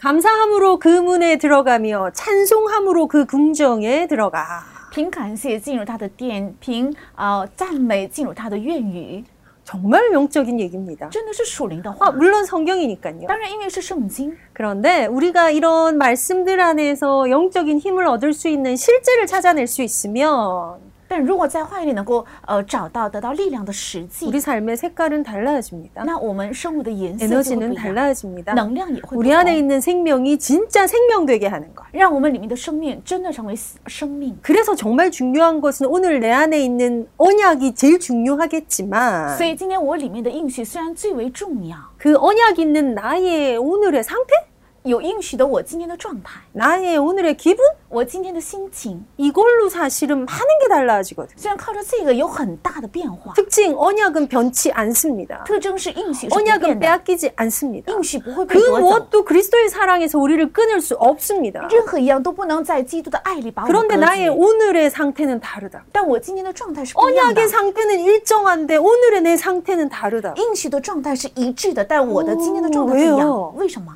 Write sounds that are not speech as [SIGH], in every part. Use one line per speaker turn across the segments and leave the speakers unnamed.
감사함으로 그 문에 들어가며 찬송함으로 그 궁정에 들어가.
凭感谢进入他的殿，凭呃赞美进入他的院宇，
정말 영적인 얘기입니다.
真的是属灵的
아,
话。
물론 성경이니까요.
当然，因为是圣经，
그런데 우리가 이런 말씀들 안에서 영적인 힘을 얻을 수 있는 실제를 찾아낼 수 있으면
但如果在话语里能够呃找到得到力量的实际，
우리 삶의 색깔은 달라집니다.
那我们生活的颜
哎
色就会不
에너지는
一样，
달라집니다.
能量也会不
우리 안에
同，
있는 생명이 진짜 생명되게 하는 것.
让我们里面的生命真的成为生命。
그래서 정말 중요한 것은 오늘 내 안에 있는 언약이 제일 중요하겠지만
所以今天我里面的应许虽然最为重要，
그 언약 있는 나의 오늘의 상태?
有应许的我今天的状态，
나의 오늘의 기분?
我今天的心情，
이걸로 사실은 많은 게 달라지거든요.
虽然靠着这个有很大的变化，
특징 언약은 변치 않습니다.
特征是应许是不变
언약은
的，
빼앗기지 않습니다.
应许不会被
그
夺走。
무엇도 그리스도의 사랑에서 우리를 끊을 수 없습니다.
任何一样都不能在基督的爱里把我们
그런데
隔
나의
绝。
오늘의 상태는 다르다.
但我今天的状态是不一样的
언약의 。 상태는 일정한데 오늘의 내 상태는 다르다.
应许的状态是一致的，但我的今天的状态不
哦
一
왜요
样，为什么？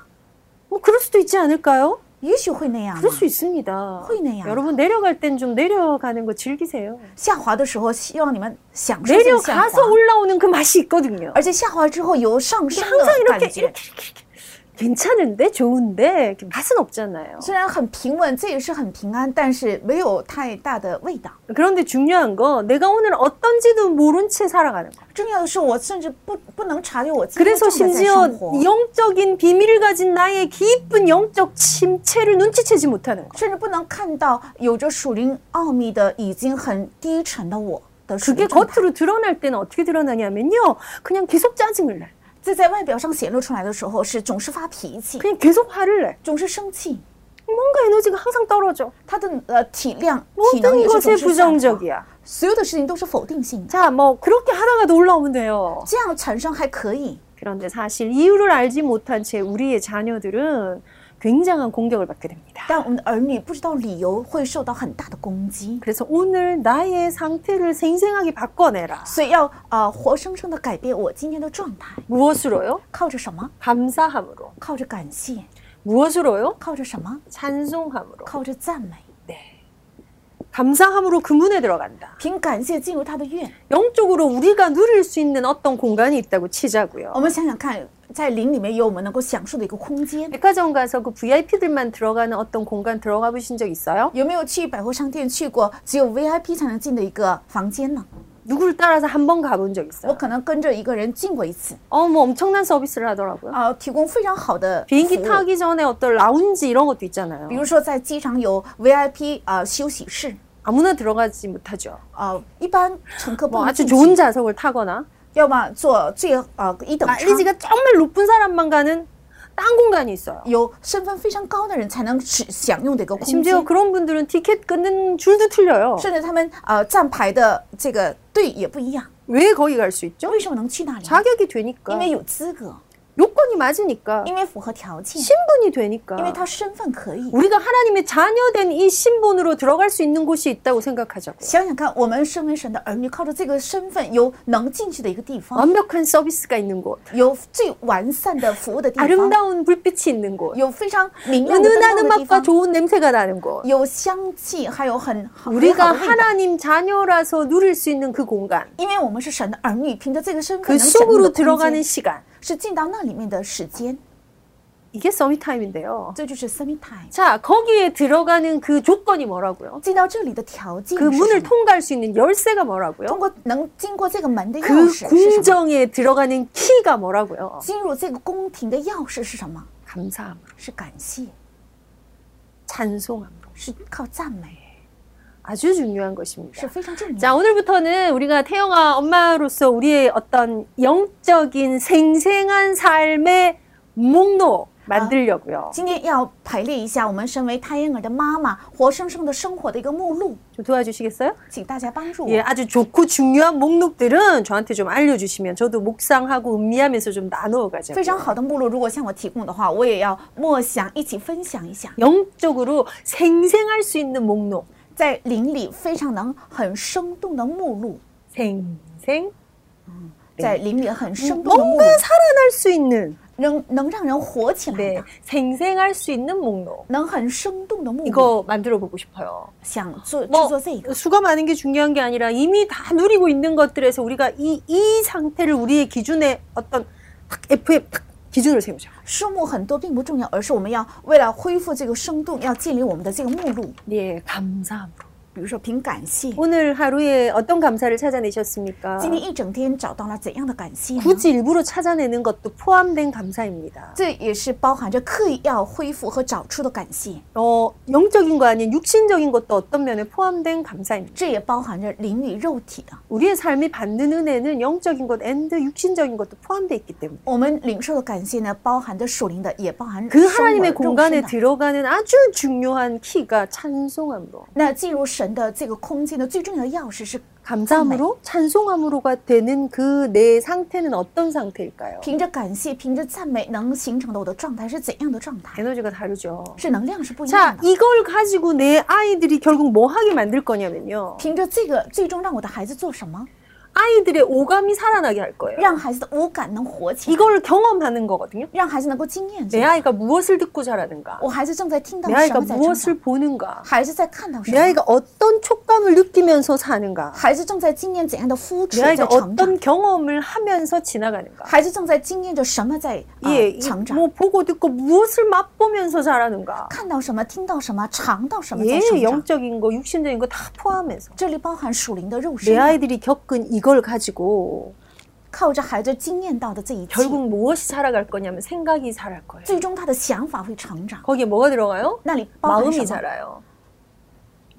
뭐 그럴 수도 있지 않을까요?
也许会那样啊
그럴 。수 있습니다.
허이네요.
여러분 내려갈 땐 좀 내려가는 거 즐기세요.
下滑的时候，希望你们享受这个下滑，
내려가서 올라오는 그 맛이 있거든요.
而且下滑之后有上升
항상
的
이렇게
感
이렇게,
觉。
이렇게 이렇게 괜찮은데 좋은데 이렇게 맛은 없잖아요.
虽然很平稳，这也是很平安，但是没有太大的味道。
그런데 중요한 거 내가 오늘 어떤지도 모른 채 살아가는 거.
重要的是，我甚至不不能察觉我今天的
그래서
状态在
심지어
生活，
영적인 비밀을 가진 나의 깊은 영적 침체를 눈치채지 못하는 거.
甚至不能看到有着属灵奥秘的已经很低沉的我的属
그게
灵状态。
겉으로 드러날 때는 어떻게 드러나냐면요. 그냥 계속 짜증을 내.
这在外表上显露出来的时候，是总是发脾气，
그냥 계속 화를 내.
总是生气，
뭔가 에너지가 항상 떨어져.
他的呃体量、体能
모든
也是
것에
总是下滑。
부정적이야.
所有的事情都是否定性的，
자, 뭐 그렇게 하다가도 올라오면 돼요.
这样产生还可以。
그런데 사실 이유를 알지 못한 채 우리의 자녀들은 굉장한 공격을 받게 됩니다.
但我们的儿女不知道理由，会受到很大的攻击，
그래서 오늘 나의 상태를 생생하게 바꿔내라.
所以要呃活生生的改变我今天的状态，
무엇으로요?
靠着什么？
감사함으로.
靠着感谢，
무엇으로요?
靠着什么？
찬송함으로.
靠着赞美。
감사함으로 그 문에 들어간다.
凭感谢进入他的院。
영적으로 우리가 누릴 수 있는 어떤 공간이 있다고 치자고요.
我们想想看，在灵里面有我们能够享受的一个空间，
백화점 가서 그 VIP들만 들어가는 어떤 공간 들어가 보신 적 있어요?
有没有去百货商店去过只有 VIP 才能进的一个房间呢？
누구를 따라서 한 번 가본 적
我
있어요?
可能跟着一个人进过一次，
어, 뭐 엄청난 서비스를 하더라고요.
啊、提供非常好的服
비행기
务。
타기 전에 어떤 라운지 이런 것도 있잖아요.
比如说在机场有 VIP 啊、呃休息室
아무나 들어가지 못하죠.
啊、呃一般乘客不
뭐
能
아주
进去，
좋은 좌석을 타거나
要么坐最啊一等舱，
알리지가 정말 높은 사람만 가는 딴 공간이 있어요.
有身份非常高的人才能使享用的一个空间
심지어 ， 그런 분들은 티켓 끊는 줄도 틀려요.
甚至他们呃站牌的这个队也不一样。
왜 거기 갈 수 있죠?
为什么能去那里？
자격이
因
되니까
为有资格，
요건이 맞으니까
因为符合条件，
신분이
因为
되니까
他身份可以。
우리가 하나님의 자녀된 이 신분으로 들어갈 수 있는 곳이 있다고 생각하자고요.
想想看，我们身为神的儿女，靠着这个身份，有能进去的一个
아.
地方，
완벽한 서비스가 있는 곳,
有最完善的服务的
啊
地方，
아름다운 불빛이 있는 곳,
有非常明亮的灯光
은은한
的地
음악과
方。
좋은 냄새가 나는 곳.
有香气，还有很好很
우리가
好的味道。
하나님 자녀라서 누릴 수 있는 그 공간,
因为我们是神的儿女，凭着这个身份
그
能享用
숲으로
的空
들어가는
间，
시간.
是进到那里面的时间，
이게 서밋타임인데요.
这就是 summit time。
자, 거기에 들어가는 그 조건이 뭐라고요?
进到这里的条件
그
是什
문을
么？
통과할 수 있는 열쇠가 뭐라고요?
通过能经过这个门的钥
그
匙是什么？
궁정에 들어가는 키가 뭐라고요?
进入这个宫廷的钥匙是什么？
감사함으로,
是感谢，
찬송함으로.
是靠赞美，
아주 중요한
是
것입니다.
非常重要。
자, 오늘부터는 우리가 태영아 엄마로서 우리의 어떤 영적인 생생한 삶의 목록 만들려고요.
今天要排列一下我们身为胎婴儿的妈妈活生生的生活的一个目录，
좀 도와주시겠어요?
请大家帮助我。
예, 아주 좋고 중요한 목록들은 저한테 좀 알려주시면 저도 묵상하고 음미하면서 좀 나누어 가자고요.
非常好的目录，如果向我提供的话，我也要默想，一起分享一下。
영적으로 생생할 수 있는 목록.
在灵里非常能很生动的目录，
생생.
在灵里很生动的
嗯
目录，
뭔가 살아날 수 있는
能能让人活起来
네
的，
생생할 수 있는 목록
能很生动的目录，
이거 만들어 보고 싶어요.
想做制
뭐
作这个，
수가 많은 게 중요한 게 아니라 이미 다 누리고 있는 것들에서 우리가 이, 이 상태를 우리의 기준에 어떤 탁 F의 탁 기준을 세우자.
数目很多并不重要，而是我们要为了恢复这个生动，要建立我们的这个目录，
예, 감사함으로.
比如说凭感谢，
오늘 하루에 어떤 감사를 찾아내셨습니까?
今天一整天找到了怎样的感谢呢？
굳이 일부러 찾아내는 것도 포함된 감사입니다.
这也是包含着刻意要恢复和找出的感谢，
어, 영적인 거 아닌 육신적인 것도 어떤 면에 포함된 감사입니다.
这也包含着灵与肉体的。
우리의 삶이 받는 은혜는 영적인 것 앤드 육신적인 것도 포함되어 있기 때문에
我们领受的感谢呢，包含着属灵的，也包含
그
生活
하나님의
肉身
공간에
的。
들어가는 아주 중요한 키가 찬송함으로
那进入神的这个空间的最重要的钥匙是，
감사함으로 찬송함으로가 되는 그 내 상태는 어떤 상태일까요?
凭着感谢，凭着赞美能形成的我的状态是怎样的状态？
에너지가 다르죠.
是能量是不一样
자,
的。
이걸 가지고 내 아이들이 결국 뭐 하게 만들 거냐면요.
凭着这个，最终让我的孩子做什么？
아이들의 오감이 살아나게 할 거예요.
让孩子的五感能活起来，
이걸 경험하는 거거든요.
让孩子能够经验这
내
个。
아이가 무엇을 듣고 자라는가?
我孩子正在听到
내
什
어, 아이가
么在成长？
무엇을 보는가?
孩子在看到什
내
么？
아이가 어떤 촉감을 느끼면서 사는가?
孩子正在经验怎样的肤质
내
在
아이가
成长？
어떤 경험을 하면서 지나가는가?
孩子正在经验着什么在呃
예, 이-
成长？
뭐 보고 듣고 무엇을 맛보면서 자라는가?
看到什么，听到什么，尝到什么在
예,
成长？
영적인 거, 육신적인 거 다 포함해서
这里包含属灵的肉身
내
的，
아이들이 겪은 이걸 가지고
靠着孩子经验到的这一切，
결국 무엇이 살아갈 거냐면 생각이 살아갈 거예요.
最终他的想法会成长。
거기에 뭐가 들어가요?
那里包含
마음이
什么？
자라요.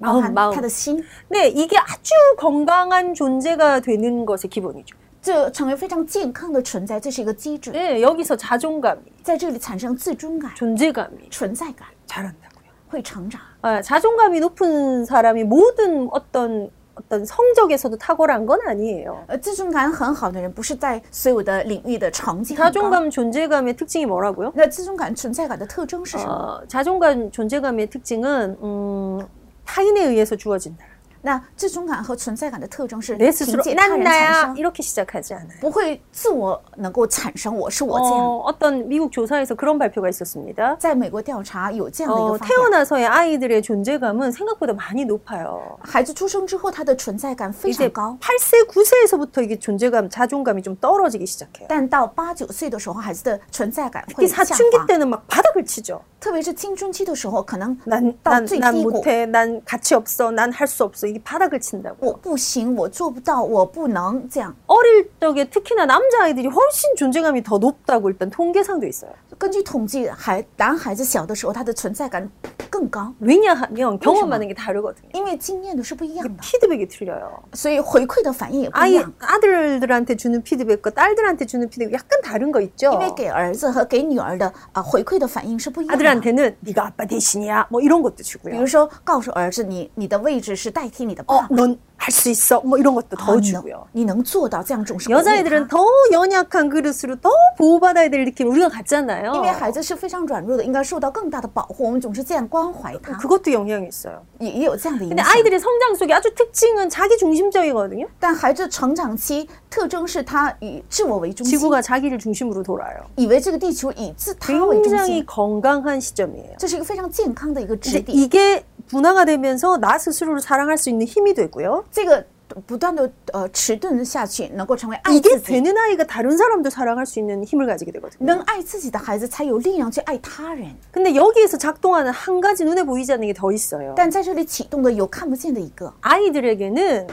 包
마음,
含
마음.
他的心，
네, 이게 아주 건강한 존재가 되는 것의 기본이죠.
这成为非常健康的存在，这是一个机制，
네, 여기서 자존감이,
在这里产生自尊感、
존재감이
存在感，
자란다고요.
会成长。
아, 자존감이 높은 사람이 모든 어떤 어떤 성적에서도 탁월한 건 아니에요.
呃，自尊感很好的人，不是在所有的领域的成绩很高。
자존감 존재감의 특징이 뭐라고요?
那自尊感、存在感的特征是什么？
어, 자존감 존재감의 특징은 음, 타인에 의해서 주어진다.
那自尊感和存在感的特征是
내
凭
스스로
借他
난
人产
나야
生，
이렇게 시작하지 않아요.
不会自我能够产生我是我这样。
어, 어떤 미국 조사에서 그런 발표가 있었습니다.
在美国调查有这样的一
어,
个发表。
태어나서의 아이들의 존재감은 생각보다 많이 높아요.
孩子出生之后，他的存在感非
이제
常高，
8세, 9세에서부터 이게 존재감, 자존감이 좀 떨어지기 시작해요.
但到八九岁的时候，孩子的存在感
특히
会下
사춘기
滑，
때는 막 바닥을 치죠.
特别是青春期的时候，可能
난,
到
난,
最
난
低谷，
못해, 난 가치 없어, 난 할 수 없어. 이게 바닥을 친다고.
我不行，我做不到，我不能这样。
어릴 적에 특히나 남자아이들이 훨씬 존재감이 더 높다고 일단 통계상도 있어요.
根据统计，孩男孩子小的时候，他的存在感更高，
왜냐하면 경험하는 게 다르거든요.
因为经验的是不一样的，
피드백이 틀려요. 所以
回馈的反应也不一
아이
样。
아들들한테 주는 피드백과 딸들한테 주는 피드백 약간 다른 거
因为
있죠.
给儿子和给女儿的啊回馈的反应是不一样的。
아들한테는 네가 아빠 대신이야 뭐 이런 것도
比
주고요.
如说，告诉儿子你你的位置是代替你的爸爸，
어 넌 할 수 있어 뭐 이런 것도
啊
더
你能
주고요.
你能做到这样种是鼓励他
여자애들은 더 연약한 그릇으로 더 보호받아야 될 느낌 우리가 갖잖아요.
因为孩子是非常软弱的，应该受到更大的保护。我们总是这样关怀他，
그것도 영향이 있어요.
也也有这样的影
근데
响。
아이들의 성장 속에 아주 특징은 자기 중심적이거든요.
但孩子成长期特征是他以自我为中心，
지구가 자기를 중심으로 돌아요.
以为这个地球以自
아,
他为中
굉장히
心，
건강한 시점이에요.
这是一个非常健康的一个质
근데
地。
이게 분화가 되면서 나 스스로를 사랑할 수 있는 힘이 되고요.
这个不断的呃迟钝下去，能够成为爱
이게 네.
自己，
되는 아이가 다른 사람도 사랑할 수 있는 힘을 가지게 되거든요.
能爱自己的孩子才有力量去爱他人。
근데 여기에서 작동하는 한 가지 눈에 보이지 않는 게 더 있어요.
但在这里启动的有看不见的一个，
아이들에게는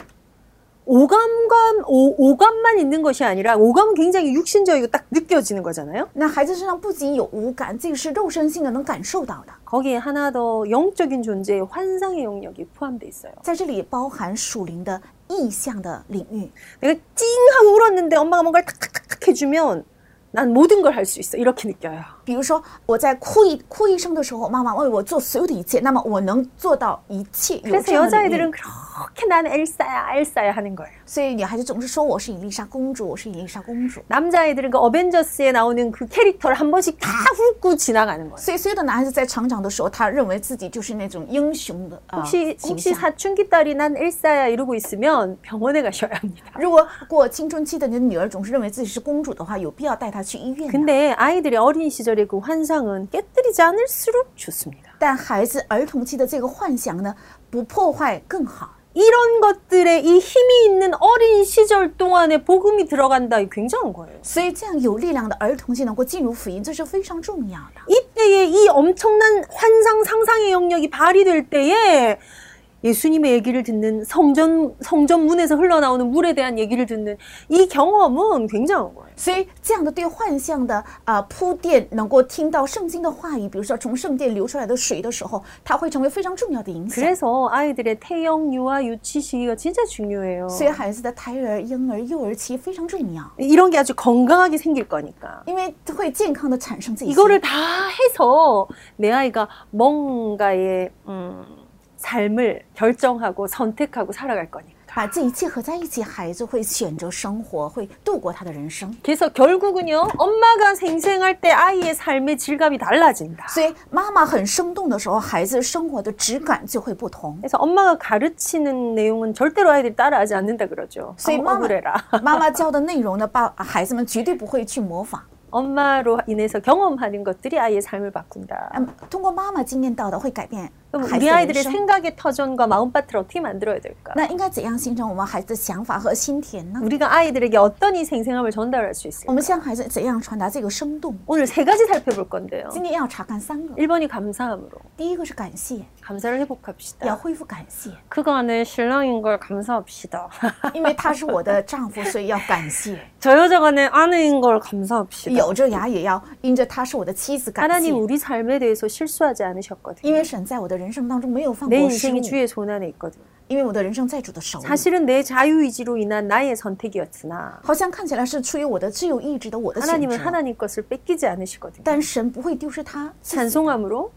오감관 오, 오감만 있는 것이 아니라 오감은 굉장히 육신적이고 딱 느껴지는 거잖아요.
那孩子身上不仅有五感，这个是肉身性的能感受到的，
거기에 하나 더 영적인 존재의 환상의 영역이 포함돼 있어요.
在这里也包含属灵的意象的领域。
내가 찡 하고 울었는데 엄마가 뭔가를 탁탁탁탁 해주면 난 모든 걸 할 수 있어 이렇게 느껴요.
比如说我在哭一哭一声的时候，妈妈为我做所有的一切，那么我能做到一切。有
그래서
这样的能力
여자애들은 그렇게 나는 엘사야 엘사야 하는 거예요.
所以女孩子总是说我是伊丽莎公主，我是伊丽莎公主。
남자애들은 그 어벤져스에 나오는 그 캐릭터를 한 번씩 다 훑고 지나가는 거예요.
所以所有的男孩子在成长的时候，他认为自己就是那种英雄的啊、
혹시
形
혹시
象。
사춘기 딸이 난 엘사야 이러고 있으면 병원에 가셔야 합니다.
如果过青春期的你的女儿总是认为自己是公主的话，有必要带她去医院的。
근데 아이들이 어린 시절의 그 환상은 깨뜨리지 않을수록 좋습니다.
但孩子儿童期的这个幻想呢，不破坏更好。
이런 것들에 이 힘이 있는 어린 시절 동안에 복음이 들어간다. 이 굉장한 거예요.
所以这样有力量的儿童期能够进入福音，这是非常重要的。
이때에 이 엄청난 환상 상상의 영역이 발휘될 때에 예수님의 얘기를 듣는 성전 성전 문에서 흘러나오는 물에 대한 얘기를 듣는 이 경험은 굉장한 거예요.
所以这样的对幻象的啊、铺垫，能够听到圣经的话语，比如说从圣殿流出来的水的时候，它会成为非常重要的影响。
그래서 아이들의 태영, 유아, 유치 시기가 진짜 중요해요.
所以孩子的胎儿、婴儿、幼儿期非常重要，
이런 게 아주 건강하게 생길 거니까.
因为会健康的产生自己。
이거를 다 해서 내 아이가 뭔가의 음, 삶을 결정하고 선택하고 살아갈 거니까.
把这一切合在一起，孩子会选择生活，会度过他的人生。
그래서 결국은요 엄마가 생생할 때 아이의 삶의 질감이 달라진다.
所以妈妈很生动的时候，孩子生活的质感就会不同。
그래서 엄마가 가르치는 내용은 절대로 아이들이 따라하지 않는다 그러죠.
소위
어,
마마-
억울해라.
[LAUGHS] 妈妈教的内容呢，爸孩子们绝对不会去模仿。
엄마로 인해서 경험하는 것들이 아이의 삶을 바꾼다.
嗯，通过妈妈经验到的会改变
그럼
孩子
우리
嗯的人
아이들의
生。
생각의 터전과 마음밭을 어떻게 만들어야 될까?
那应该怎样形成我们孩子的想法和心田呢？
우리가 아이들에게 어떤 이 생생함을 전달할 수
我
있을까?
们向孩子怎样传达这个生动？
오늘 세 가지 살펴볼 건데요.
今天要查看三个，
1번이 감사함으로
第一个是感谢，
감사를
要
회복합시다.
恢复感谢，
그가 내 신랑인 걸 감사합시다. [LAUGHS]
因为他是我的丈夫，所以要感 [LAUGHS] 谢。
저 여자가 내 아내인 걸 감사합시다.
咬着牙也要因着她是我的妻子感谢
하나님 ， 우리 삶에 대해서 실수하지
因
않으셨거든요.
为神在我的人生当中没有放
내
过失误
인생이 ， 주의 손안에 있거든요.
因为我的人生在主的手里。
사실은 내 자유의지로 인한 나의 선택이었으나
好像看起来是出于我的自由意志的我的选
하나님은
择，
하나님 것을 뺏기지 않으시거든요.
但神不会丢失他。
찬송함으로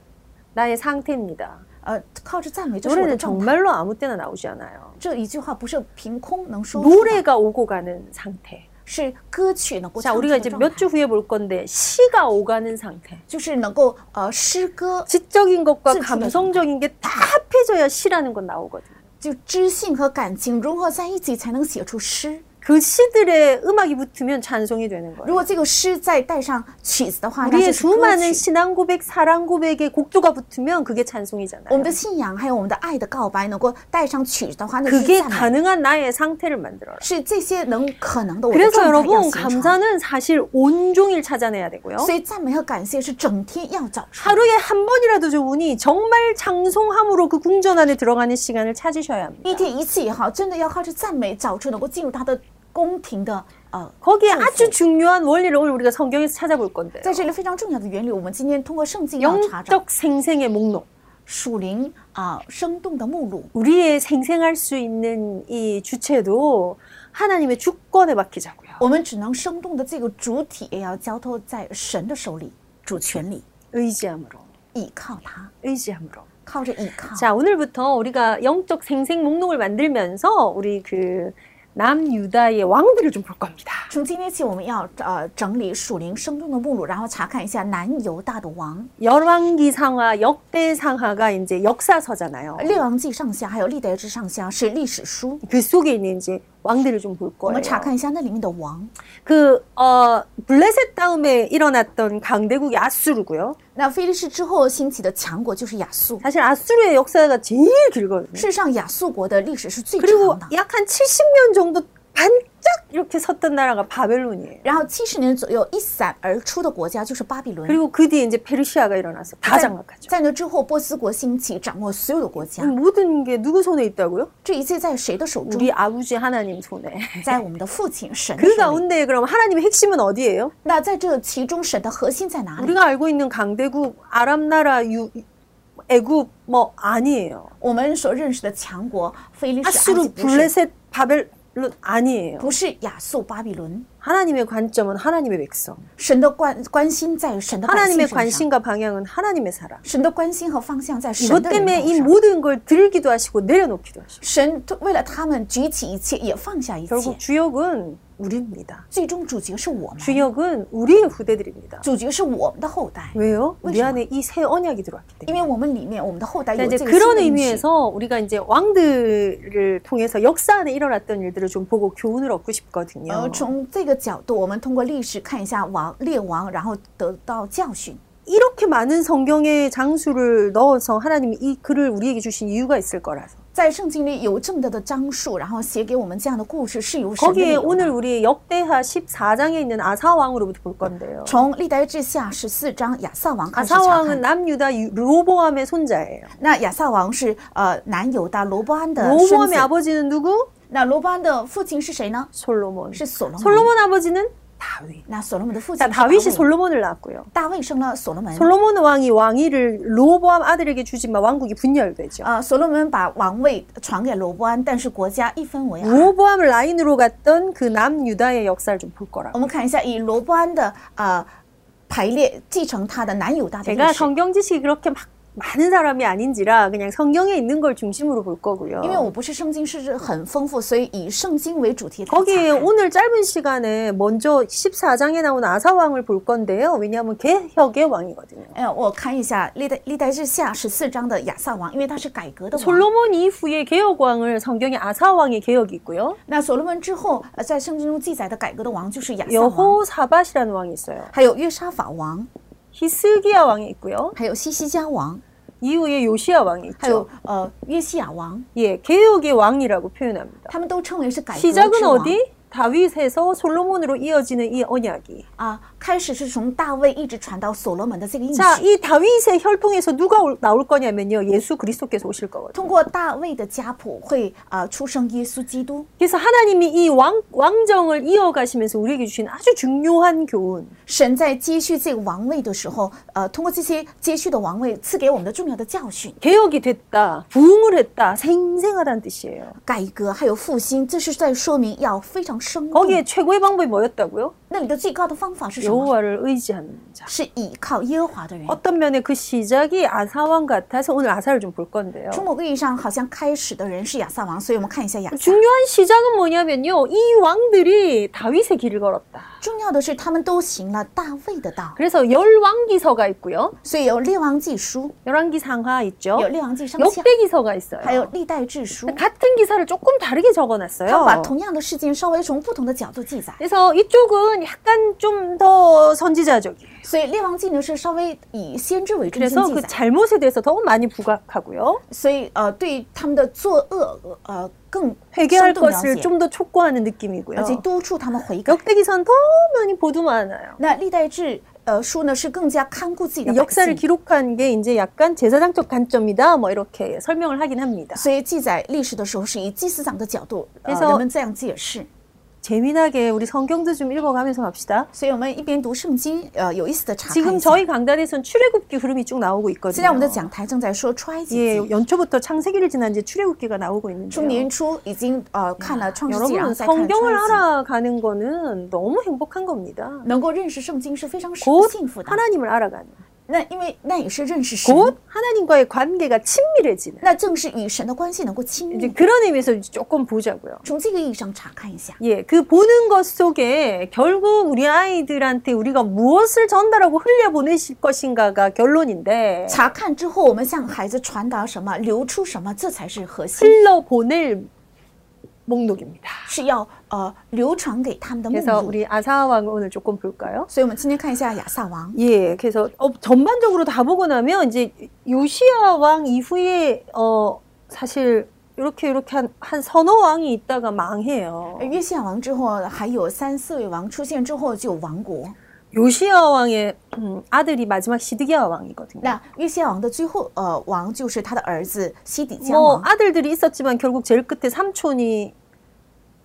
나의 상태입니다.
呃，靠着赞美，这是我的
노래는
状态。
정말로 아무 때나 나오지 않아요.
这一句话不是凭空能说出的，
노래가 오고 가는 상태.
是歌曲能够
자,
唱出
우리가
的
이제
状
몇
态，
주 후에 볼 건데 시가 오가는 상태.
就是能够呃诗歌，
지적인 음. 것과
슬프다.
감성적인 게 다 합해져야 시라는 건 나오거든요.
就知性和感情融合在一起才能写出诗。
그 시들의 음악이 붙으면 찬송이 되는 거예요.
如果这个诗再带上曲子的话，那
우리의
就是歌
수많은
曲。
신앙 고백, 사랑 고백에 곡조가 붙으면 그게
我
찬송이잖아요.
们的信仰还有我们的爱的告白，能够带上曲子的话，那是
그게
赞美。
가능한 나의 상태를 만들어라.
是这些能可能的我的
그래서
状态要
여러분
形成。
감사는 사실 온종일 찾아내야 되고요.
所以赞美和感谢是整天要找出。
하루에 한 번이라도 좋으니 정말 장송함으로 그 궁전 안에 들어가는 시간을 찾으셔야
一
합니다.
天一次也好，真的要靠着赞美找出能够进入他的宫廷的呃。
거기에 아주 중요한 원리를 오늘 우리가 성경에서 찾아볼 건데요.
在这里非常重要的原理，我们今天通过圣经要查找
영적 생생의 목록.
属灵啊、生动的目录。
우리의 생생할 수 있는 이 주체도 하나님의 주권에 맡기자고요.
我们只能生动的这个主体也要交托在神的手里，主权里，
의지함으로.
倚靠他，
의지함으로.
靠着倚靠。
자, 오늘부터 우리가 영적 생생 목록을 만들면서 우리 그 남유다의 왕들을 좀 볼 겁니다.
从今天起，我们要呃整理属灵生动的目录，然后查看一下南犹大的王、
열왕기상하, 역대상하가 이제 역사서잖아요.
列王记上下，还有历代志上下是历史书。
그 속에 있는 이제 왕들을 좀 볼
我
거예요.
们查看一下那里面的王。
그, 어, 블레셋 다음에 일어났던 강대국 아수르고요.
那菲利士之后兴起的强国就是亚述，
사실 아수르의 역사가 제일 길거든요.
事实上亚述国的历史是最
그리고
长的。
약 한 70년 정도 반짝 이렇게 섰던 나라가 바벨론이에요.
然后七十年左右一闪而出的国家就是巴比伦。
그리고 그 뒤에 이제 페르시아가 일어나서 다
在
장악하죠.
在那之后，波斯国兴起，掌握所有的国家。
모든 게 누구 손에 있다고요?
这一切在谁的手中？
우리 아버지 하나님 손에. [LAUGHS]
在我们的父亲神的
그
手里。
가운데 그럼 하나님의 핵심은 어디예요?
那在这其中，神的核心在哪里？
우리가 알고 있는 강대국, 아랍 나라, 유, 애굽 뭐 아니에요.
我们所认识的强国，菲利士、埃及
아수르,
不是
블레셋, 바벨론 아니에요.
不是亚述、巴比伦，
하나님의 관점은 하나님의 백성.
神的关关心在于神的百姓
하나님의
身上，
관심과 방향은 하나님의 사랑.
神的关心和方向在神
이것
的人
때문에
头
이
上。
모든 걸 들기도 하시고 내려놓기도 하시고.
神为了他们举起一切，也放下一切
결국 。 주역은 우리입니다.
最终主角是我
음.
们，
주역은 우리의 후대들입니다.
主角是我们的后代，
왜요? 우리
왜죠?
안에 이 새 언약이 들어왔기 때문에.
因为我们里面我们的后代
자,
有
이제
这个新
그런
的应许。
의미에서 우리가 이제 왕들을 통해서 역사 안에 일어났던 일들을 좀 보고 교훈을 얻고 싶거든요.
呃，从这个角度，我们通过历史看一下王列王，然后得到教训。
이렇게 많은 성경의 장수를 넣어서 하나님이 이 글을 우리에게 주신 이유가 있을 거라서.
在圣经里有这么多的章数，然后写给我们这样的故事是由神的
거기에
理由
오늘 우리 역대하 14장에 있는 아사 왕으로부터 볼 건데요.
从历代志下十四章亚萨王开始
아사
查
왕은
看。
남유다 유- 로보암의 손자예요.
那亚萨王是呃南犹大罗伯安
아,
的孙
로보암의
子。
아버지는 누구?
那罗伯安的父亲是谁呢？
솔로몬.
是所罗门。
솔로몬 아버지는 다윗.
那所罗门的父亲
자,
是大卫
다윗이 。 솔로몬을 낳았고요.
大卫生了所罗门。
솔로몬 왕이 왕위를 로보암 아들에게 주지만 왕국이 분열되죠.
呃，所罗门把王位传给罗伯安，但是国家一分
네.
为二。
로보암 라인으로 갔던 그 남유다의 역사를 좀 볼 거라고.
我们看一下，以罗伯安的呃排列继承他的南犹大的历
제가
史。
성경 지식이 그렇게 막 많은 사람이 아닌지라 그냥 성경에 있는 걸 중심으로 볼 거고요.
因为我不是圣经是很丰富，所以以圣经为主题来
거기에
查看
오늘 짧은 시간에 먼저 14장에 나온 아사왕을 볼 건데요. 왜냐하면 개혁의 왕이거든요.
哎，我看一下历代历代志下十四章的亚萨王，因为他是改革的王。
솔로몬 이후에 개혁왕을 성경에 아사왕의 개혁이 있고요.
那所罗门之后，呃，在圣经中记载的改革的王就是亚萨王，
여호사밧이라는 왕이 있어요.
还有约沙法王，
히스기야 왕이 있고요.
还有西西家王，
이후에 요시야 왕이
还有
있죠.
呃约西亚王，
예, 개혁의 왕이라고 표현합니다.
他们都称为是改革之
시작은
王
어디? 다윗에서 솔로몬으로 이어지는 이 언약이.
啊。开始是从大卫一直传到所罗门的这个应
자,
许，
이 다윗의 혈통에서 누가 올- 나올 거냐면요. 예수 그리스도께서 오실 거거든요.
通过大卫的家谱会呃出生耶稣基督。
그래서 하나님이 이 왕, 왕정을 이어가시면서 우리에게 주신 아주 중요한 교훈.
神在接续这个王位的时候，呃，通过这些接续的王位赐给我们的重要的教训、
개혁이 됐다, 부흥을 했다, 생생하다는 뜻이에요.
改革还有复兴，这是在说明要非常生动。
거기에 최고의 방법이 뭐였다고요?
那你的最高的方法是什么？
여호와를 의지하는 자.
是倚靠耶和华的人。
어떤 면에 그 시작이 아사왕 같아서 오늘 아사를 좀 볼 건데요.
从某个意义上，好像开始的人是亚萨王，所以我们看一下亚萨。
중요한 시작은 뭐냐면요. 이 왕들이 다윗의 길을 걸었다.
重要的是，他们都行了大卫的道，
그래서 열왕기서가 있고요.
所以有列王记书，
열왕기 상하 있죠.
哦有列王记上下，
역대기서가
还有
있어요.
历代志书。
같은 기사를 조금 다르게
他把
적어놨어요.
同样的事件稍微从不同的角度记载，
그래서 이쪽은 약간 좀 더 선지자적이에요.
所以列王记呢是稍微以先知为中心
그래서
记
그
载。
잘못에 대해서 더 많이 부각하고요.
所以呃，对他们的作恶呃更
회개할
深度了
것을
解，
좀 더 촉구하는 느낌이고요. 그러니까
而且督促他们悔改。
역대기선 더 많이 보도많아요.
那历代志呃书呢是更加看顾自己的百
역사를
姓，
기록한 게 이제 약간 제사장적 관점이다 뭐 이렇게 설명을 하긴 합니다.
所以记载历史的时候是以祭司长的角度，呃
그래서
人们这样解释。
재미나게 우리 성경도 좀 읽어가면서 갑시다.
所以我们一边读圣经，呃，有意思的查看
지금
一下
저희 강단에선 출애굽기 흐름이 쭉 나오고
现在
있거든요.
我们的讲台正在说出埃及
예,
记，
연초부터 창세기를 지난 이제 출애굽기가 나오고
从
있는데요.
年初已经呃看了创世纪，然后
여러분
再看
성경을
创世
알아가는 거는 너무 행복한 겁니다.
纪，能够认识圣经是非常
곧
幸福的。
하나님을 알아가는,
那因为那也是认识神，
곧 하나님과의 관계가 친밀해지는.
那正是与神的关系能够亲
이제
密。
그런 의미에서 조금 보자고요.
从这个意义上查看一下。
예, 그 보는 것 속에 결국 우리 아이들한테 우리가 무엇을 전달하고 흘려보내실 것인가가 결론인데
查看之后，我们向孩子传达什么，流出什么，这才是核心，
흘러보낼 목록입니다.
是要呃流传给他们的目
그래서
录。
우리 아사왕을 오늘 조금 볼까요?
所以，我们今天看一下亚萨王。
예, 그래서 어, 전반적으로 다 보고 나면 이제 요시야 왕 이후에 어 사실 이렇게 이렇게 한, 한 서너 왕이 있다가 망해요.
而约西亚王之后，还有三四位王出现之后就有王国。
요시야 왕의 음, 아들이 마지막 시드기야 왕이거든요.
那约西亚王的最后呃王就是他的儿子西底家
뭐
王。
아들들이 있었지만 결국 제일 끝에 삼촌이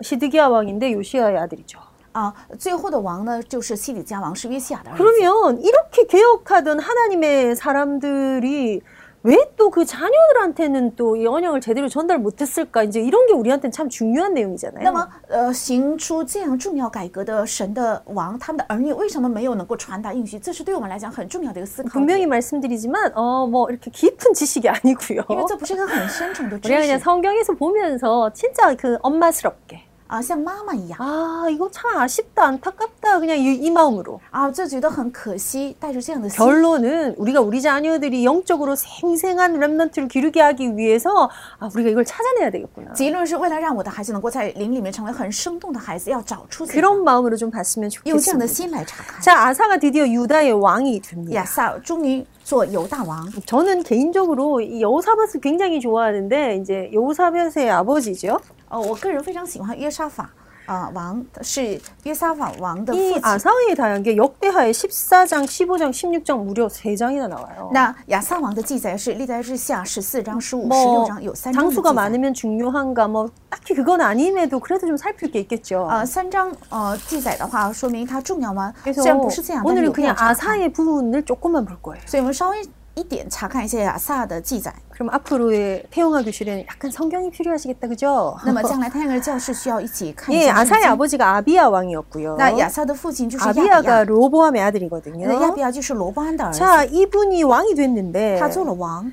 시드기야 왕인데 요시야의 아들이죠.
啊，最后的王呢就是西底家王，是约西亚的儿子。
그러면 이렇게 개혁하던 하나님의 사람들이 왜 또 그 자녀들한테는 또 이 언양을 제대로 전달 못했을까? 이제 이런 게 우리한테는 참 중요한
那
내용이잖아요.
么，呃，行出这样重要改革的神的王，他们的儿女为什么没有能够传达应许？这是对我们来讲很重要的一个思
그렇죠.
考点，
분명히 말씀드리지만 어 뭐 이렇게 깊은 지식이 [LAUGHS] 아니고요.
因为这不是一个很深沉的知
우리가 그냥
识
성경에서 보면서 진짜 그 엄마스럽게
啊，像妈妈一样
아 이거 참 아쉽다 안타깝다 그냥 이, 이 마음으로
啊，就觉得很可惜，带着这样的心。
결론은 우리가 우리 자녀들이 영적으로 생생한 렘넌트를 기르게 하기 위해서 아 우리가 이걸 찾아내야 되겠구나
结论是为了让我的孩子能够在灵里面成为很生动的孩子，要找出自己
그런 마음으로 좀 봤으면
用这样的
좋겠습니다
心来查看。
자 아사가 드디어 유다의 왕이 됩니다
亚萨终于做犹大王。
저는 개인적으로 이 여호사밧을 굉장히 좋아하는데 이제 여호사밧의 아버지죠
呃，我个人非常喜欢约沙法啊、王，是约沙法王的父
이
亲。
아사의 다양한 게 역대하의 14장 15장 16장 무려 세장이나 나와요
那亚萨王的记载是历代志下十四章、十五、十
뭐
六章有三章的记
장수가
载。
많으면 중요한가 뭐 딱히 그건 아님에도 그래도 좀 살필 게 있겠죠.
呃，三章呃记载的话，说明它重要吗？虽
그래서
然不是这样，但是
오늘은
有必要
그냥
查看。
아사의 부분을 조금만 볼 거예요.
所以我们稍微一点查看一下亚萨的记载。
그럼 앞으로의 태영아 교실에는 약간 성경이 필요하시겠다 그죠?
那么将来太阳儿教室需要一起 [LAUGHS] 看一
예,
下圣
아사의
经。
아버지가 아비야 왕이었고요.
那亚萨的父
그
亲就是亚比亚
아비야가 ， 로보암의
那亚
아들이거든요.
比亚就是罗伯安的儿子，
자, 이분이 왕이 됐는데
他做了王，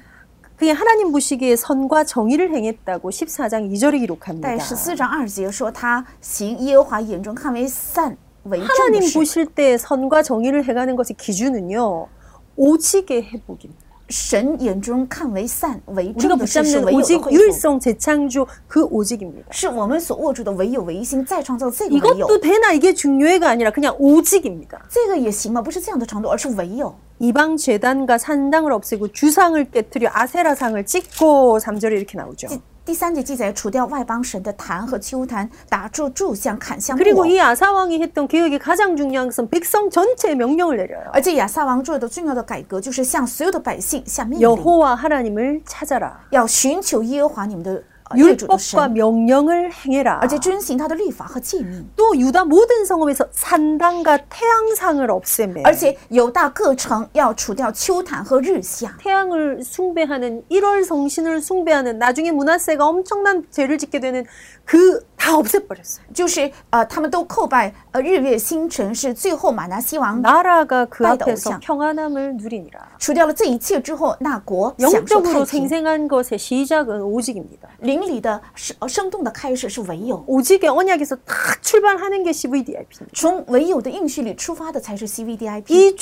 그냥 하나님 보시기에 선과 정의를 행했다고 14장 2절에
在
기록합니다.
十四章二节说他行耶和华眼中看为善为正的
하나님
事。
보실 때 선과 정의를 행하는 것의 기준은요. 오직의 회복입니다.
神眼中看为善为
우리가 어,
正的事是
붙잡는
唯有的
오직
恢复，
율성 재창조 그 오직입니다.
是我们所握住的唯有唯一心，再创造这个唯有，
이것도 되나 이게 중요해가 아니라 그냥 오직입니다.
这个也行吗？不是这样的程度，而是唯有。
이방 재단과 산당을 없애고 주상을 깨뜨려 아세라상을 찍고 3절에 이렇게 나오죠.
第第三节记载，除掉外邦神的坛和丘坛，打住柱像、砍像木
그리고
偶。
이 아사왕이 했던 개혁의 가장 중요한 것은 백성 전체에 명령을 내려요.
而且亚萨王做的重要的改革就是向所有的百姓下命令，
여호와 하나님을 찾아라.
要寻求耶和华你们的呃列祖的
율법과
神，
명령을 행해라.
而且遵行他的律法和诫命。
또 유다 모든 성읍에서 산당과 태양상을 없애매.
而且犹大各城要除掉丘坛和日下，
태양을 숭배하는 1월 성신을 숭배하는 나중에 문화세가 엄청난 죄를 짓게 되는 그 다 없애버렸어요.
就是呃，他们都叩拜呃日月星辰，是最后马拿西王
나라가 그
빠이다,
앞에서
음. 오상.
평안함을 누리니라.
除掉了这一切之后，那国享受太
영적으로
平。
생생한 것의 시작은 오직입니다.
邻里的生呃生动的开始是唯有，
오직의 언약에서 딱 출발하는 게 CVDIP입니다.
从唯有的应许里出发的才是 CVDIP。
이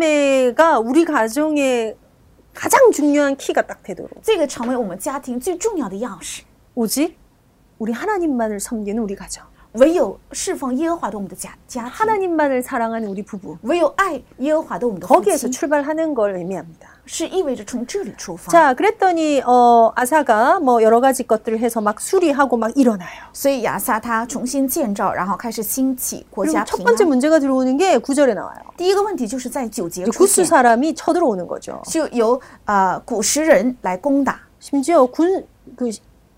중심에가 우리 가정의 가장 중요한 키가 딱 되도록
这个成为我们家庭最重要的钥匙，
오직 우리 하나님만을 섬기는 우리 가정,
唯有侍奉耶和华的我们的家家庭，
하나님만을 사랑하는 우리 부부
唯有爱耶和华的我们的夫
거기에서
妻，
출발하는 걸 의미합니다.
是意味着从这里出发。
자, 그랬더니 어 아사가 뭐 여러 가지 것들을 해서 막 수리하고 막 일어나요.
所以亚萨他重新建造，然后开始兴起国
그리고
家
첫
平
번째
安。
문제가 들어오는 게 9절에 나와요.
第一个问题就是在九节
이제
出
구스
现，
사람이 쳐들어오는 거죠.
就由呃古时人来攻打，
심지어 군 그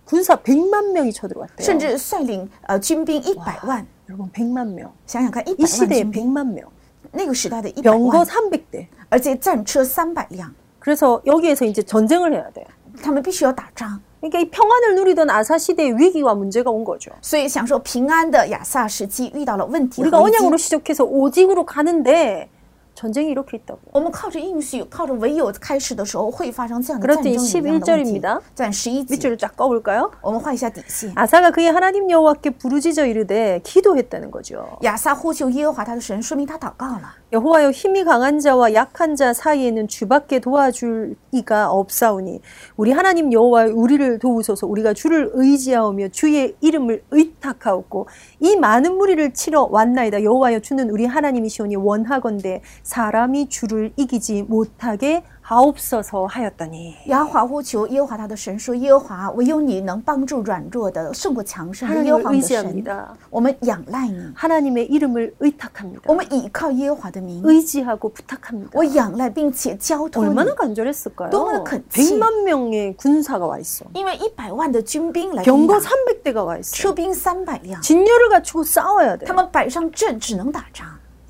군사 100만 명이 쳐들어왔대요.
甚至率领呃军兵一百万。
여러분 100만 명.
想想看，一百
이
万
시대에
军兵，
100만 명.
那个时代的一百
병거
万，
300대.
而且战车三百辆，
그래서 여기에서 이제 전쟁을 해야 돼요.
他们必须要打仗。
그러니까 이 평안을 누리던 아사 시대의 위기와 문제가 온 거죠.
所以享受平安的亚萨时期遇到了问题和
우리가
危机。
언약으로 시작해서 오직으로 가는데 전쟁이 이렇게 있다고.
我们靠着应许，靠着唯有开始的时候，会发生这样的
그렇 더니
战争一样的问
11절
题
입니다 。
在十一节，
밑줄을 쫙 꺼볼까요?
我们画一下底线。
아사가 그의 하나님 여호와께 부르짖어 이르되 기도했다는 거죠.
亚萨呼求耶和华他的神，说明他祷告了。
여호와여 힘이 강한 자와 약한 자 사이에는 주밖에 도와줄 이가 없사오니 우리 하나님 여호와 우리를 도우소서 우리가 주를 의지하오며 주의 이름을 의탁하옵고 이 많은 무리를 치러 왔나이다 여호와여 주는 우리 하나님이시오니 원하건대 사람이 주를 이기지 못하게 하옵소서 하였더니
亚华呼求耶和华他的神说：“耶和华，唯有你能帮助软弱的胜过强盛的耶和
하나님을
华你的神，
의지합니다
我们仰赖你，
하나님의 이름을
我
의탁합니다
们倚靠耶和华的名，
의지하고 부탁합니다
我仰赖并且交托你。
얼마나 간절했을까요?
너무나 큰-
100만 명의 군사가 와 있어
因为一百万的军兵来攻
경거
打，
300대가 와 있어
车兵三百辆，
진열을 갖추고 싸워야 돼.
他们摆上阵只能打仗。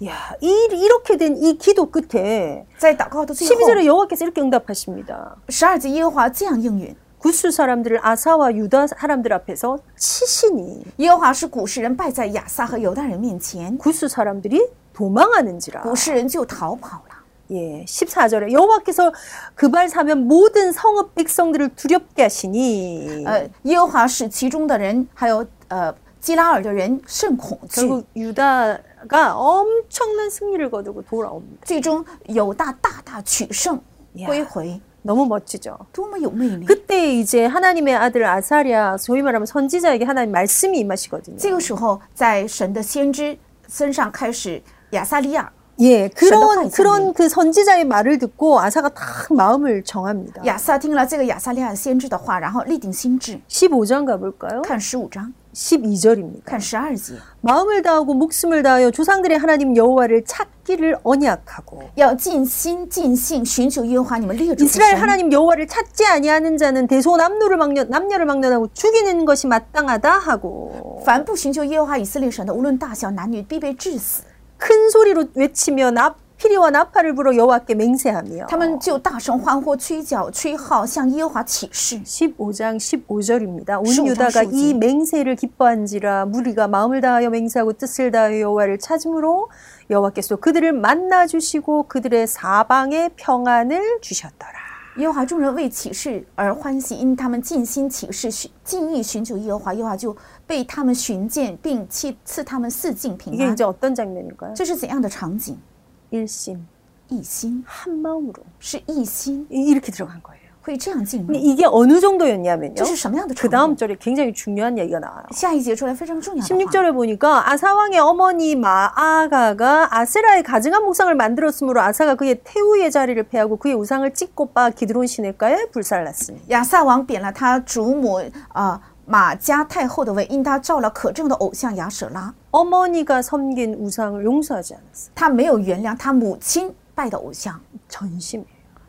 야, 이, 이렇게 된 이 기도 끝에
在祷告的最后，
12절에 여호와께서 이렇게 응답하십니다.
十二节耶和华这样应允。
구스 사람들을 아사와 유다 사람들 앞에서 치시니
耶和华使古时人败在亚撒和犹大人面前，
구스 사람들이 도망하는지라.
古时人就逃跑了。
예, 14절에 여호와께서 그발 사면 모든 성읍 백성들을 두렵게 하시니
呃，耶和华使其中的人，还有呃基拉尔的人甚恐惧。
결국 유다가 엄청난 승리를 거두고 돌아옵니다.
最终犹大大大取胜
呀，
归回，
너무 멋지죠.
多么有魅力！
그때 이제 하나님의 아들 아사랴 소위 말하면 선지자에게 하나님 말씀이 임하시거든요.
这个时候，在神的先知身上开始亚撒利亚，
예, 그런
선덕한
그런 그 선지자의 말을 듣고 아사가 딱 마음을 정합니다.
亚撒听了这个亚撒利亚先知的话，然后立定心智。
嗯 15장 가볼까요?
看十五章，
12절입니다.
看十二节，
마음을 다하고 목숨을 다하여 조상들의 하나님 여호와를 찾기를 언약하고
要尽心尽性寻求耶和华你们列祖之
이스라엘
神。
하나님 여호와를 찾지 아니하는 자는 대소 남녀를 막년 남녀를 막년하고 죽이는 것이 마땅하다 하고
凡不寻求耶和华以色列神的，无论大小男女，必被致死。
큰 소리로 외치며 나피리와 나팔을 불어 여호와께 맹세하며
他们就大声欢呼、吹角、吹号，向耶和华起誓。
15장 15절입니다. 온
15장
유다가 이
15절.
맹세를 기뻐한지라 무리가 마음을 다하여 맹세하고 뜻을 다하여 여호와를 찾음으로 여호와께서 그들을 만나 주시고 그들의 사방에 평안을 주셨더라.
耶和华众人为启示而欢喜，因他们尽心启示，寻尽意寻求耶和华，耶和华就被他们寻见，并赐赐他们四境平
이게
安。
이제 어떤 장면일까요?
这是怎样的场景？
일심
一心
한 마음으로
是一心，
이- 이렇게 들어간 거예요.
会这样进
근데
入，
이게 어느 정도였냐면요.
这是什么样的
그
场
다음
景？
절에 굉장히 중요한 얘기가 나와요.
下一节出来非常重要的话，
16절에 보니까 아사왕의 어머니 마아가가 아세라의 가증한 목상을 만들었으므로 아사가 그의 태우의 자리를 패하고 그의 우상을 찢고 빠 기드론 시내가에 불살랐으니
亚萨王贬了他祖母啊、呃马加太后的位，因他造了可证的偶像亚舍拉，
어머니가 섬긴 우상을 용서하지 않았어요.
他没有原谅他母亲拜的偶像，
전심이에요.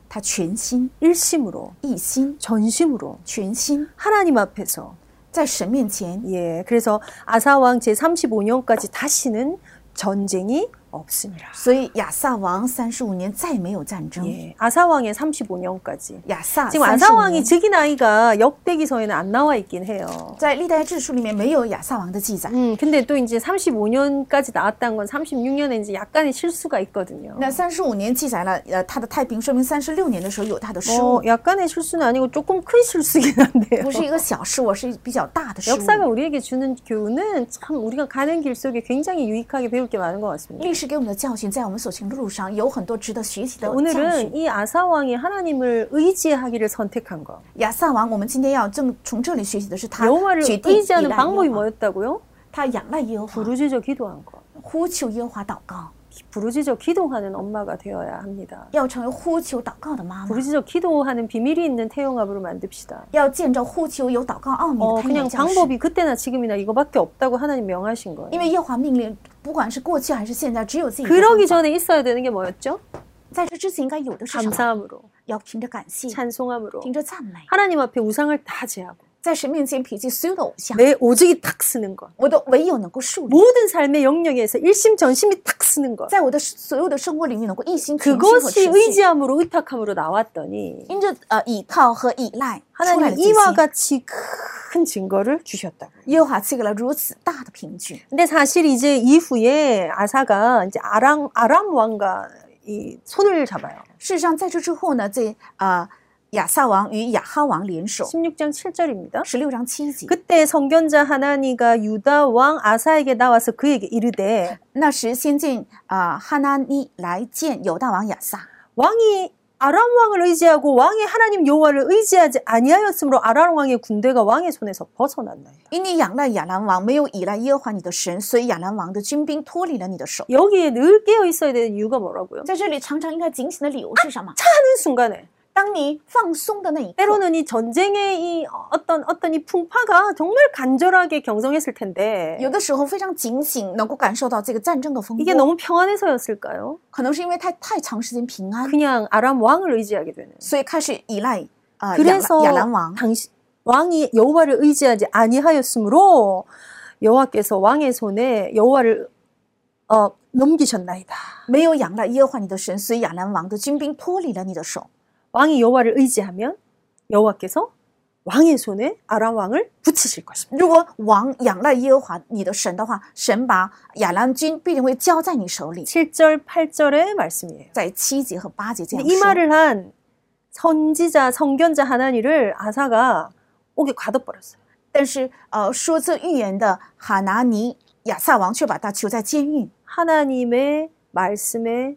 他全心
일심으로
一心
전심으로
全心
하나님 앞에서
在神面前
예 그래서 아사왕 제 35년까지 다시는 전쟁이 없음이라.
所以亚萨王三十五年再没有战争。
예 아사왕의 35년까지
亚萨
지금
三十五
아사왕이
年，
즉위 나이가 역대기서에는 안 나와 있긴 해요.
在历代志书里面没有亚萨王的记载。
음, 근데 또 이제 35년까지 나왔다는 건 36년에 이제 약간의 실수가 있거든요.
那三十五年记载了，呃，他的太平，说明三十六年的时候有他的失
어,
误，
약간의 실수는 아니고 조금 큰 실수긴 한데요.
不是一个小失误，是比较大的失误。
역사가 우리에게 주는 교훈은 참 우리가 가는 길 속에 굉장히 유익하게 배울 게 많은 것 같습니다.
历史给我们的教训，在我们所行的路上有很多值得学习的教训
오늘은 。이 아사왕이 하나님을 의지하기를 선택한 거.
亚萨王，我们今天要正从这里学习的是他
여호와를
决定依赖耶
의지하는
和
방법이
华，
뭐였다고요?
他仰赖耶和华，
부르짖어 기도한 거.
呼求耶和华祷告，
부르짖어 기도하는 엄마가 되어야 합니다.
要成为呼求祷告的妈妈，
부르짖어 기도하는 비밀이 있는 태영아부로 만듭시다.
要见证呼求有祷告奥秘
어,
的太阳
그냥
教室。
방법이 그때나 지금이나 이거밖에 없다고 하나님 명하신 거예요.
因为耶和华命令，不管是过去还是现在，只有自己的方
그러기
法
전에 있어야 되는 게 뭐였죠?
在这之前应该有的是什么？
감사함으로,
要凭着感谢，
찬송함으로,
凭着赞美，
하나님 앞에 우상을 다 제하고,
在神面前撇弃所有的偶像，
내 오직이 탁 쓰는 것,
我的唯有能够树立，
모든 삶의 영역에서 일심전심이 탁 쓰는 것,
在我的所有的生活领域能够一心全心和
그것이
持续，
의지함으로 의탁함으로 나왔더니
因着呃依靠和依赖出来
하나님
的信
이와
心。
같이 큰 증거를 주셨다고.
耶和华赐给了如此大的凭据。
근데 사실 이제 이후에 아사가 이제 아람 아람 왕과 이 손을 잡아요.
事实上，在这之后呢，这啊、呃亚萨王与亚哈王联手，
16장 7절입니다.
十六章七节。
그때 성견자 하나니가 유다 왕 아사에게 나와서 그에게 이르되
那时先见啊、呃哈拿尼来见犹大王亚萨，
왕이 아람 왕을 의지하고 왕의 하나님 여호와를 의지하지 아니하였으므로 아람 왕의 군대가 왕의 손에서 벗어났나이다.
因你仰赖亚兰王，没有依赖耶和华你的神，所以亚兰王的军兵脱离了你的手。
여기에 늘 깨어 있어야 되는 이유가 뭐라고요?
在这里，常常应该警醒的理由是什么？哎
하는 순간에
当你放松的那一刻，
때로는 이 전쟁의 이 어떤 어떤 이 풍파가 정말 간절하게 경성했을 텐데
有的时候非常警醒，能够感受到这个战争的风
이게
波，
너무 평안해서였을까요?
可能是因为太太长时间平安，
그냥 아람 왕을 의지하게 되는.
所以开始依赖啊、呃亚兰
그래서
亚兰王。
당시 왕이 여호와를 의지하지 아니하였으므로 여호와께서 왕의 손에 여호와를 어 넘기셨나이다.
没有仰赖耶和华你的神，所以亚兰王的军兵脱离了你的手。
왕이 여호와를 의지하면 여호와께서 왕의 손에 아람 왕을 붙이실 것입니다.
如果王仰赖耶和华你的神的话，神把亚兰军必定会交在你手里。
7절 8절의 말씀이에요.
在七节和八节这
근데
样
이
说。
말을 한 선지자 성견자 하나니를 아사가 옥에 가둬버렸어요.
但是，呃，说这预言的哈拿尼亚萨王却把他囚在监狱，
하나님의 말씀에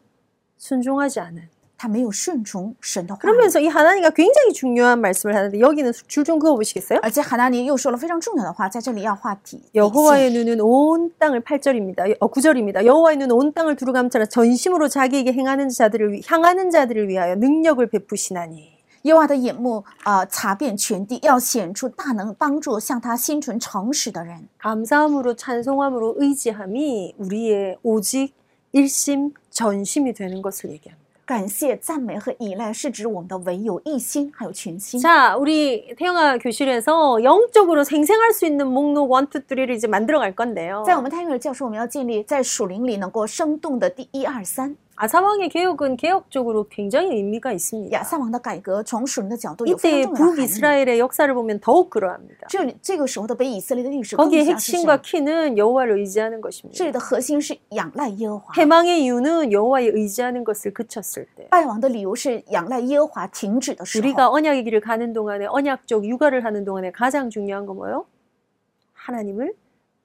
순종하지 않은.
他没有顺从神的话语。
그러면서 이 하나님과 굉장히 중요한 말씀을 하는데 여기는 줄 좀 그어 보시겠어요?
而且哈拿尼又说了非常重要的话，在这里要画底底线。
여호와의 눈은 온 땅을 8절입니다. 어, 9절입니다. 여호와의 눈은 온 땅을 두루 감찰하 전심으로 자기에게 행하는 자들을 위- 향하는 자들을 위하여 능력을 베푸시나니.
耶和华的眼目啊、呃查遍全地，要显出大能，帮助向他心存诚实的人。
감사함으로 찬송함으로 의지함이 우리의 오직 일심 전심이 되는 것을 얘기합니다.
感谢、赞美和依赖是指我们的唯有一心，还有全心。
자, 우리 태영아 교실에서 영적으로 생생할 수 있는 목록 1, 2, 3를 이제 만들어 갈 건데요.
在我们泰戈尔教授，我们要建立在属灵里能够生动的第一、二、三。
아사왕의 개혁은 개혁적으로 굉장히 의미가 있습니다.
亚萨王的改革从属灵的角度有非
이때
常重要的含义。
북이스라엘의 역사를 보면 더욱 그러합니다.
这里这个时候的北以色列的历史更
거기에
加是这
핵심과
样
키는 여호와를 의지하는
这里
것입니다.
的核心是仰赖耶和华。
해망의 이유는 여호와에 의지하는 것을 그쳤을 때
败亡的理由是仰赖耶和华停止的时候。
우리가 언약의 길을 가는 동안에 언약적 육아를 하는 동안에 가장 중요한 건 뭐예요? 하나님을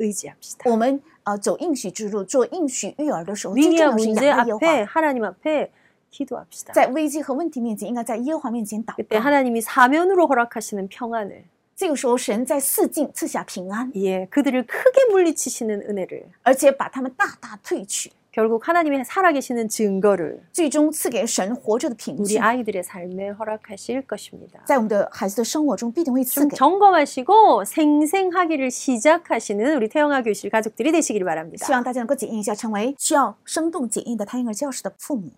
의지합시다.
我们呃走应许之路，做应许育儿的时候，最重
위기와
要是仰
문제
赖耶和华。
앞에 하나님 앞에 기도합시다.
在危机和问题面前，应该在耶和华面前祷
그때
告。
하나님이 사면으로 허락하시는 평안을
这个时候，神在四境赐下平安，
예, 그들을 크게 물리치시는 은혜를
而且把他们大大退去，
결국 하나님의 살아계시는 증거를
最终赐给神活着的凭
우리
据，
아이들의 삶에 허락하실 것입니다.
在我们的孩子的生活中必定会赐
좀
给。
점검하시고 생생하기를 시작하시는 우리 태영아 교실 가족들이 되시길 바랍니다.
希望大家能够检验一下，成为需要生动检验的胎婴儿教室的父母。